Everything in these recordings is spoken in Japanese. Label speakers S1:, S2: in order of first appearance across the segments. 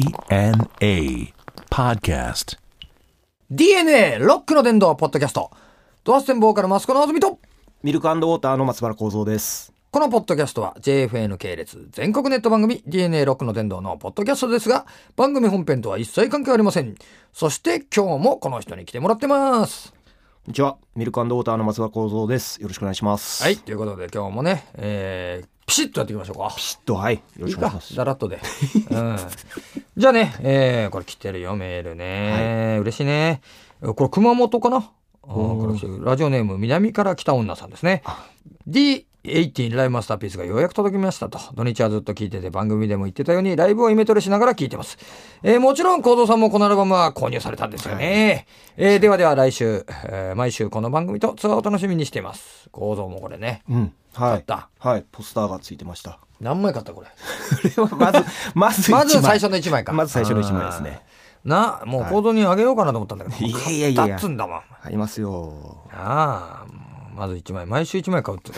S1: DNA Podcast.
S2: DNA ロックの伝道ポッドキャストドアステンボーカルマスコのあずみと
S3: ミルクウォーターの松原幸三です。
S2: このポッドキャストは JFN 系列全国ネット番組 DNA ロックの伝道のポッドキャストですが番組本編とは一切関係ありませんそして今日もこの人に来てもらってます
S3: こんにちは。ミルクウォーターの松原幸三です。よろしくお願いします。
S2: はい。ということで今日もね、えー、ピシッとやっていきましょうか
S3: ピシッと、はい。よろ
S2: いい
S3: しくお願いし
S2: か
S3: ます。
S2: だらっとで、うん、じゃあね、えー、これ来てるよメールね、嬉しいねこれ熊本かなあーこれ来てるラジオネーム南から来た女さんですね D18 ライブマスターピースがようやく届きましたと土日はずっと聞いてて番組でも言ってたようにライブをイメトレしながら聞いてます、えーもちろん幸三さんもこのアルバムは購入されたんですよね、えーではでは来週、えー毎週この番組とツアーを楽しみにしています幸三もこれね
S3: うん。は
S2: 買っ
S3: い。
S2: た
S3: はい。ポスターがついてました。
S2: 何枚買ったこれ
S3: これは まず、 まず
S2: まず最初の1枚か。
S3: まず最初の一枚ですね。
S2: あー。な、もう行動にあげようかなと思ったんだけど。
S3: いやいやいやいや
S2: 買ったっつんだもん。
S3: ありますよ。
S2: ああ、まず1枚。毎週1枚買うって。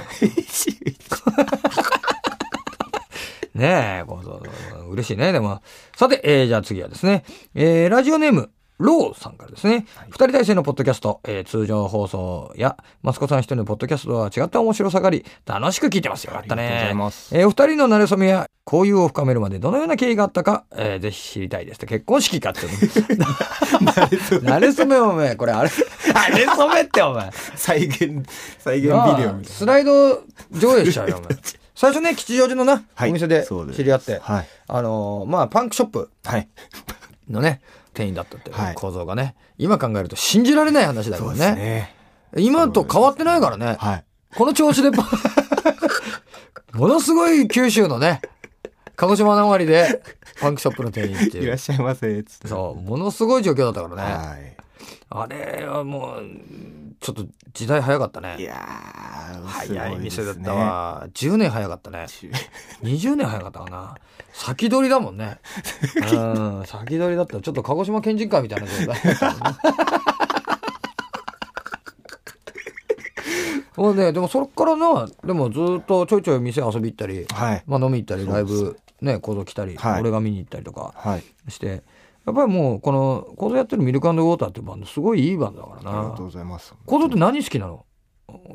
S2: ねえ、こうそうそう嬉しいね。でも。さて、えーじゃあ次はですね、えーラジオネーム、ローさんからですね。二、人体制のポッドキャスト、えー通常放送や、マスコさん一人のポッドキャストとは違った面白さがあり、楽しく聞いてますよ。よかったね。
S3: ありがとうございます
S2: えーお二人の馴れ初めや、交友を深めるまでどのような経緯があったか、えーぜひ知りたいですと。結婚式かって。 馴れ初めお前、これあれ、馴れ初めってお前。
S3: 再現、再現ビデ
S2: なあ
S3: オみたい
S2: スライド上映しちゃうよ、お 前最初ね、吉祥寺のな、
S3: はい
S2: お店で
S3: そうです
S2: 知り合って、
S3: はい
S2: あのーまあ、パンクショップ
S3: な。はい。
S2: のね、店員だったって、
S3: はい
S2: 構造がね、今考えると信じられない話だけ
S3: そ
S2: ど
S3: う
S2: ね。
S3: ですね。
S2: 今と変わってないからね。
S3: はい。
S2: この調子で パン、ものすごい九州のね、鹿児島のわりで、パンクショップの店員って
S3: い
S2: い
S3: らっ
S2: う。
S3: しゃいませ。つって
S2: そう、ものすごい状況だったからね。
S3: は
S2: あれはもう、ちょっと時代早かったね
S3: い。い。やー、
S2: 早い店だっ
S3: すごですね
S2: た。わ。10年早かったね。
S3: ち
S2: 20年早かったかな。先取りだもんね。うん、先取りだった。ちょっと鹿児島県人会みたいな状態だ ったもんね。もうね、でもそれからな、でもずっとちょいちょい店遊び行ったり、
S3: はい。
S2: まあ飲み行ったり、ライブ、ね、行動来たり、
S3: はい
S2: 俺が見に行ったりとか
S3: はい。
S2: して、やっぱりもうこの行動やってるミルクウォーターっていうバンド、すごいいいバンドだから
S3: ありがとう
S2: な。
S3: ございます。
S2: 行動って何好きなの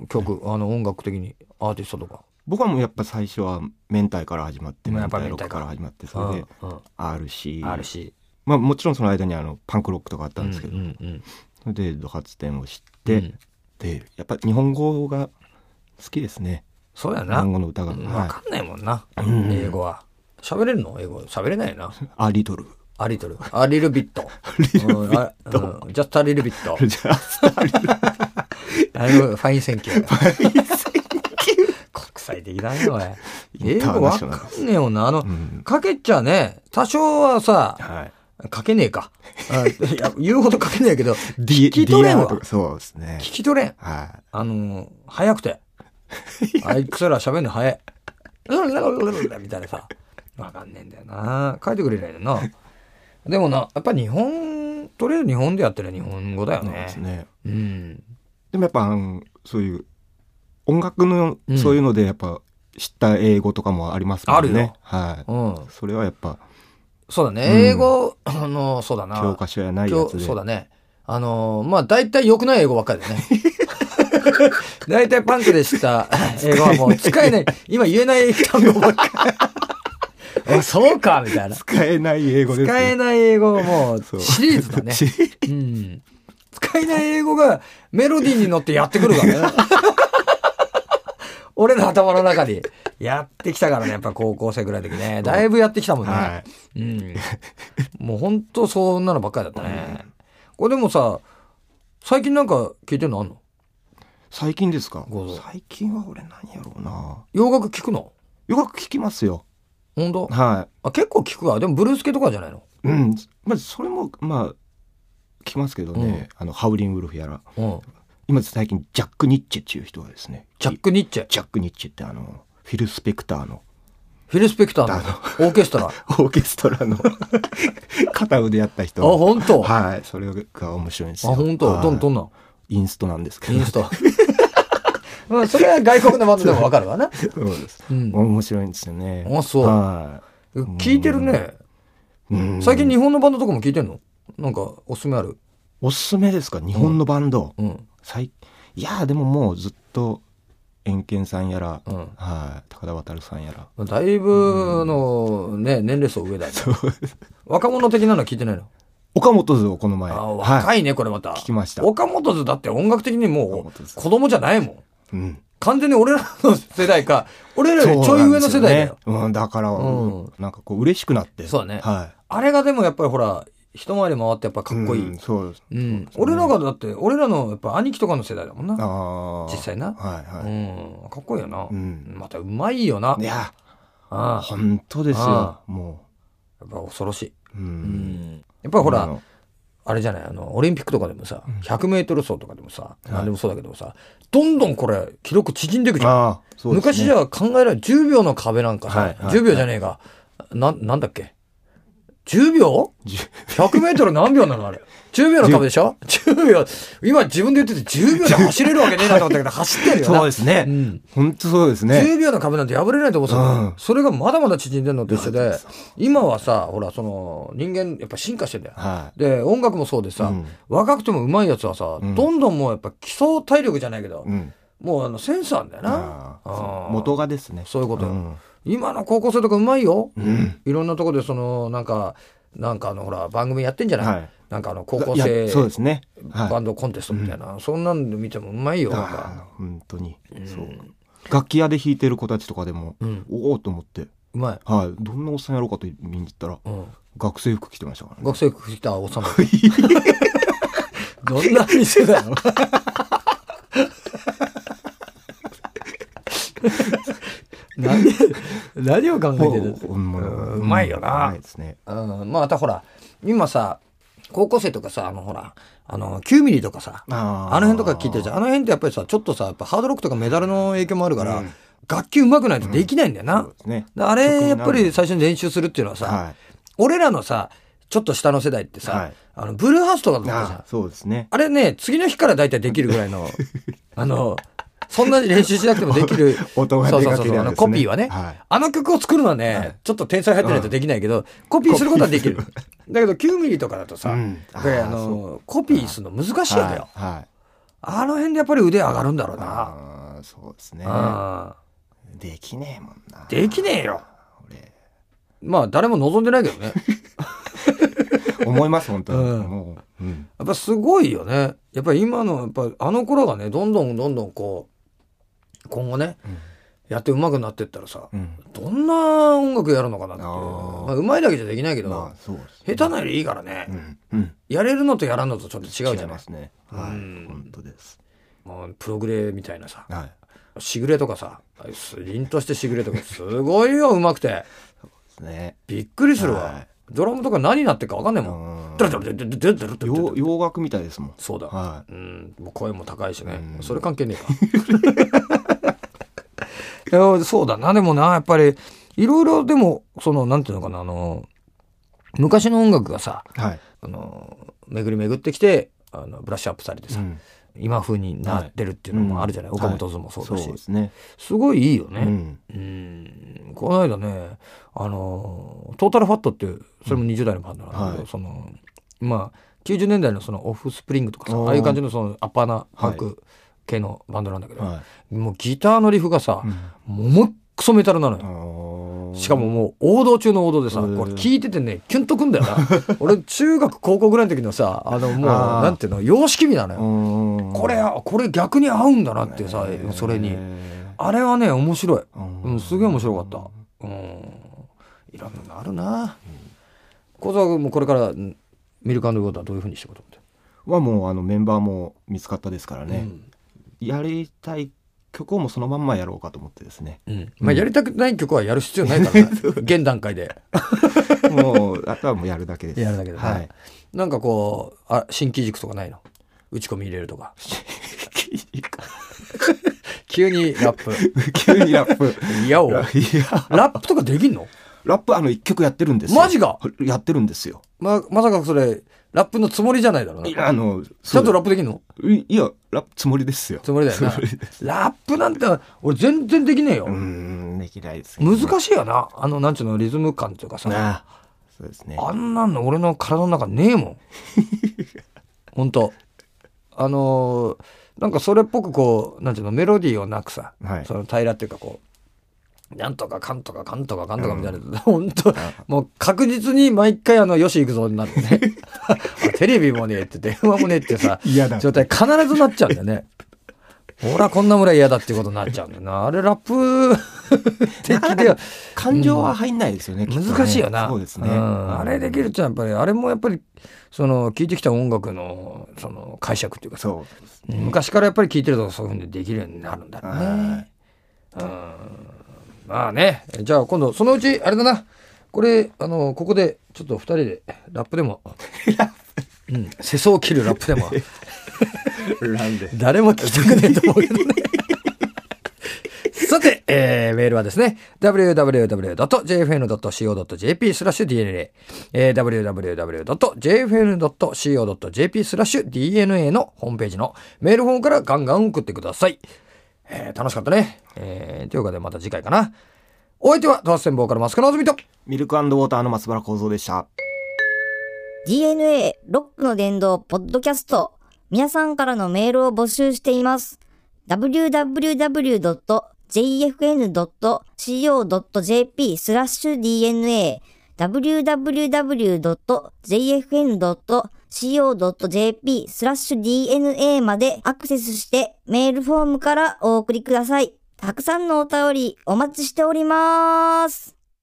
S2: 曲、あの音楽的に、アーティストとか。
S3: 僕はもうやっぱ最初は明太から始まって
S2: まあ
S3: 明
S2: やっぱ
S3: 太
S2: 明
S3: ロッ
S2: 太
S3: ク
S2: か
S3: から始まって
S2: う
S3: それで
S2: んうん
S3: RC,
S2: あるし。
S3: まあ、もちろんその間にあのパンクロックとかあったんですけど、
S2: うんうんうん
S3: それでド発展を知って、
S2: うん
S3: でやっぱ日本語が好きですね
S2: そうや
S3: 日
S2: な。
S3: 本
S2: わ
S3: 語の歌が、は
S2: かんないもんな。
S3: ん
S2: 英語は。喋れるの英語。喋れないよな。
S3: い、アリドル
S2: アリトル。アリルビット。うんあうんジャストアリルビット。
S3: じゃあ
S2: あの、ファインセンキュー。 国際的だね、おい。英語わかんねえもんな。あの
S3: ん、
S2: かけちゃね、多少はさ、
S3: はい
S2: かけねえか。あいや言うほどかけねえけど、聞
S3: D-
S2: き取れん
S3: DR と
S2: わ
S3: か。そうですね
S2: 聞き取れん。
S3: は
S2: あのー、早くて。あいつら喋るの早い。 うんうんうんうんみたいなさ。わかんねえんだよな。書いてくれないよな。でもな、やっぱ日本、とりあえず日本でやってる日本語だよ
S3: いそうで
S2: ね
S3: す。ね
S2: うん。
S3: でもやっぱあのそういう音楽の
S2: うん
S3: そういうのでやっぱ知った英語とかもありますもんね
S2: あるよ
S3: はい
S2: うん。
S3: それはやっぱ
S2: そうだね。
S3: うん
S2: 英語、あの、そうだな。
S3: 教科書やないやつ
S2: 今日
S3: で
S2: そうだね。あのーまあ、大体良くない英語ばっかりだね。大体パンクでした英語はもう使えない。今言えない単語ばっかり。あそうか、みたいな。
S3: 使えない英語ですね
S2: 使えない英語もう
S3: そう。
S2: シリーズだね
S3: シリ
S2: うん。使えない英語がメロディーに乗ってやってくるからね。 俺の頭の中にやってきたからね、やっぱ高校生ぐらいの時ね。だいぶやってきたもんね。
S3: は
S2: うん。もうほんとそんなのばっかりだったね。これでもさ、最近なんか聞いてんのあんの
S3: 最近ですか
S2: ご存知
S3: 最近は俺何やろうな
S2: 洋楽聞くの
S3: よく聞きますよ
S2: ほんと
S3: は
S2: あ、結構聞くわ。でもブルース系とかじゃないの
S3: いうんまあそれもまあ聞きますけどね、あのハウリングウルフやら
S2: うん。
S3: 今最近ジャック・ニッチェっていう人がですね
S2: ジャック・ニッチェ。
S3: ジャック・ニッチェってあのフィル・スペクターの
S2: フィル・スペクターの
S3: あ
S2: オーケストラ。あ、
S3: オーケストラの 片腕やった人
S2: ほんと
S3: はいそれが面白いんです
S2: あ、
S3: よ
S2: ほん
S3: は
S2: と
S3: い
S2: どん、どんなの
S3: インストなんですけど
S2: インスト。 まあ、それは外国のバンドでもわかるわ な。
S3: そうです、
S2: うん
S3: 面白いんですよね
S2: あそう
S3: はい
S2: 聞いてるね。
S3: うん
S2: 最近日本のバンドとかも聞いてんのなんかおすすめある
S3: おすすめですか日本のバンド、
S2: うん
S3: 最いやーでももうずっと円健さんやら、
S2: うん
S3: はい高田渉さんやら
S2: だいぶあのね年齢層上だ よね若者的なのは聞いてないの
S3: 岡本図をこの前
S2: あ
S3: は
S2: 若
S3: い、
S2: いねこれまた
S3: 聞きました
S2: 岡本図だって音楽的に
S3: 岡
S2: も
S3: 本
S2: う
S3: 図
S2: 子供じゃないもん
S3: うん、
S2: 完全に俺らの世代か俺らよりちょい上の世代だよ
S3: そうなんですよね、うん、だから、
S2: うん
S3: なんかこう嬉しくなって
S2: そうだね
S3: は
S2: あれがでもやっぱりほら一回り回ってやっぱ
S3: い
S2: かっこいい、う
S3: うんんそう
S2: 俺らがだって俺らのやっぱ兄貴とかの世代だもんな、
S3: ああ
S2: 実際な
S3: はいはい、
S2: うん、かっこいいよな、
S3: うん
S2: またうまいよない
S3: や、
S2: ああ
S3: 本当ですよ
S2: あ。
S3: も
S2: やっぱ恐ろしい、
S3: う。う。
S2: うんやっぱりほら、
S3: 今の
S2: あれじゃないあのオリンピックとかでもさ 100m 走とかでもさ、
S3: い
S2: 何でもそうだけどさどんどんこれ記録縮んでいくじゃん
S3: ああ、そうです
S2: 昔
S3: ね。
S2: じゃ考えられ10秒の壁なんかさ、
S3: はいはい
S2: 10秒じゃねえか、な、なんだっけ ?10 秒
S3: じゅ
S2: ?100 メートル何秒なのあれ。10秒の壁でしょ ?10 秒。今自分で言ってて10秒で走れるわけねえなと思ったけ ど、走ってるよな。
S3: そうですね
S2: ん。
S3: 本当そうですね。
S2: 10秒の壁なんて破れないと思ってたの、
S3: うん
S2: それがまだまだ縮んでるのと一緒で、今はさ、ほら、その、人間、やっぱ進化してんだよ。
S3: は
S2: で、音楽もそうでさ、
S3: うん
S2: 若くても上手いやつはさ、
S3: うん
S2: どんどんもうやっぱ基礎体力じゃないけど、
S3: い。うん。
S2: もうあのセンスあんだよな
S3: あ。
S2: あ
S3: あ
S2: ー
S3: 元がですね。
S2: そういうことよ。
S3: ん
S2: 今の高校生とかうまいよ。
S3: うん。
S2: いろんなとこでその、なんか、なんかあの、ほら、番組やってんじゃない、
S3: はい
S2: なんかあの、高校生
S3: いやそうですね。
S2: バ
S3: は
S2: ンドコンテストみたいな。そんなんで見てもうまいよ。
S3: い。
S2: なん
S3: あ
S2: か
S3: あ、本当に。そう。楽器屋で弾いてる子たちとかでも
S2: うん、
S3: おおと思って。
S2: うまい。
S3: はい。どんなおっさんやろうかと見に行ったら、
S2: うん。
S3: 学生服着てましたからね。
S2: 学生服着たおさ ま。どんな店だ よ。何、何を考えてる
S3: ほんまに
S2: うんうまいよな
S3: うまいですね。
S2: うん、まあまたほら、今さ、高校生とかさ、あのほら、あの、9ミリとかさ、
S3: あー
S2: あの辺とか聞いてるじゃん。あの辺ってやっぱりさ、ちょっとさ、やっぱハードロックとかメダルの影響もあるから、楽器上手くないとできないんだよな。
S3: そうですね。
S2: であ
S3: 曲
S2: れ、
S3: に
S2: や
S3: な
S2: っぱ
S3: る
S2: り最初に練習するっていうのはさ、
S3: は
S2: 俺らのさ、ちょっと下の世代ってさ、
S3: はい
S2: あの、ブルーハースとかだっ
S3: い。
S2: たじゃ
S3: あ
S2: ん
S3: あ、。そうですね。
S2: あれね、次の日から大体できるぐらい の、あの、そんなに練習しなくてもできる。
S3: 音が
S2: そう
S3: 出
S2: そう
S3: か
S2: そ
S3: け
S2: う
S3: り
S2: そう、
S3: ゃ
S2: あの
S3: ですね
S2: コピーはね、
S3: はい
S2: あの曲を作るのはね、ちょっと天才入ってないとできないけど、コピーすることはできる。だけど9ミリとかだとさ、
S3: うん
S2: やっぱりあ
S3: あーそ
S2: の、コピーするの難しいわけよ。
S3: はい。はい
S2: あの辺でやっぱり腕上がるんだろうな。
S3: ああ、そうですね。
S2: あ
S3: できねえもんな。
S2: できねえよ。
S3: 俺、
S2: まあ誰も望んでないけどね。
S3: 思います、本当
S2: うん
S3: に。もう、うん。
S2: やっぱすごいよね。やっぱり今の、やっぱあの頃がね、どんどんどんどんこう、今後ね、やって上手くなってったらさ、
S3: うん。
S2: どんな音楽やるのかなって。
S3: あー
S2: まあ、上手いだけじゃできないけど、
S3: まあ、そうですね。
S2: 下手なよりいいからね、
S3: うん。うん。
S2: やれるのとやらんのとちょっと違うじ
S3: 違
S2: ゃ
S3: い
S2: な
S3: ま
S2: い
S3: すね。は
S2: うん
S3: い。本当です。
S2: もうプログレみたいなさ、
S3: はい。
S2: しぐれとかさ、凛としてしぐれとか、すごいよ、上手くて。
S3: ですね。
S2: びっくりするわ。
S3: はい
S2: ドラムとか何になってるかわかんないも。
S3: うんん
S2: ドゥルドゥルドゥルドゥルドゥルドゥルドゥル
S3: 洋洋楽みたいですもん。
S2: そうだ。
S3: は
S2: うん、もう声も高いしね。
S3: うん
S2: それ関係ねえか。いやそうだな、でもな、やっぱり、いろいろでも、その、なんていうのかな、あの、昔の音楽がさ、
S3: い。はい。
S2: あの、巡り巡ってきて、あの、ブラッシュアップされてさ、
S3: うん
S2: 今風になってるっていうのもあるじゃない、
S3: うん
S2: 岡本図もそうだし、
S3: そうですね。
S2: すごいいいよ
S3: う
S2: ね。
S3: ん。
S2: うん、この間ね、あの、トータルファットっていう、それも20代のバンドなんだけど、
S3: はい
S2: その、まあ、90年代のそのオフスプリングとかさ、
S3: おー
S2: ああいう感じのそのアッパーなパンク系のバンドなんだけど、
S3: は
S2: もうギターのリフがさ
S3: い。、うん
S2: もっくそメタルなのよ。
S3: ああ。
S2: しかももう王道中の王道でさ、
S3: う
S2: こ
S3: ん
S2: れ聞いててね、キュンとくんだよ な。俺、中学、高校ぐらいの時のさ、あの、もう、
S3: あー
S2: なんていうの、様式美なのよ。
S3: うん、
S2: これ、あこれ逆に合うんだなってさ、それに。あれはね、面白い。
S3: う
S2: うん、すげえ面白かった。うん。いろんなのあるな。小沢君もこれから、んミルクウォーターどういうふうにしていこうと思って。
S3: はもうあのメンバーも見つかったですから
S2: う
S3: ね、
S2: ん
S3: やりたい曲をもうそのまんまやろうかと思ってです ね
S2: うん。まあ、やりたくない曲はやる必要ない からね。現段階で。
S3: もうあとはもうやるだけです
S2: やるだけでね
S3: はい
S2: なんかこう、あ、新機軸とかないの打ち込み入れるとか。急にラップ。
S3: 急にラ ップ
S2: いやお。
S3: い
S2: ラ
S3: や
S2: ップとかできんの
S3: ラップあの一曲やってるんですよ
S2: マジか
S3: やってるんですよ
S2: ま、まさかそれ、ラップのつもりじゃないだろうな。
S3: い
S2: ち
S3: やあの
S2: ゃんとラ
S3: ッ
S2: ップできんの
S3: プいやラップつもりですよ
S2: つもりだよな
S3: つもりで。
S2: ラップなんて、俺全然できねえよ
S3: う。ーんできないですけどね
S2: 難しいよな。あの、なんちゅうの、リズム感というかさ。
S3: ああそうですね。
S2: あんなんの俺の体の中ねえ もん。ほんと。あのーなんかそれっぽくこう、なんていうの、メロディーをなくさ、
S3: はい
S2: その平らっていうかこう、なんとかかんとかかんとかかんとかみたいな、ほんと、もう確実に毎回あの、よし行くぞになる ね。あテレビもねえって、電話もねえってさ、
S3: 嫌だ
S2: 状態必ずなっちゃうんだよね。俺はこんなぐらい嫌だっていうことになっちゃうんだよな。あれラップ的では
S3: 感情は入んないですよね。きっとね
S2: 難しいよな。
S3: そうですね。
S2: んあれできるってやっぱり、あれもやっぱり、その、聴いてきた音楽の、その、解釈というかさ、
S3: そうですね。
S2: 昔からやっぱり聴いてるとそういうふうにできるようになるんだろう
S3: は
S2: ね。うん。まあね。じゃあ今度、そのうち、あれだな。これ、あの、ここで、ちょっと二人で、 ラップでも、うん、世相を切るラップで も、
S3: なんで。
S2: 誰も聞きたくねえと思うけどね。さて、えー、メールはですね、www.jfn.co.jp スラッシュ DNA、えー、www.jfn.co.jp スラッシュ DNA のホームページのメールフォームからガンガン送ってください。えー、楽しかったね。えー、というかでまた次回かな。お相手は、トラステンボーカルマスクのあずみと、
S3: ミルクウォーターの松原幸三でした。
S4: DNA ロックの伝道ポッドキャスト。皆さんからのメールを募集しています。www.jfn.co.jp スラッシュ DNA www.jfn.co.jp スラッシュ DNA までアクセスしてメールフォームからお送りください。たくさんのお便りお待ちしております。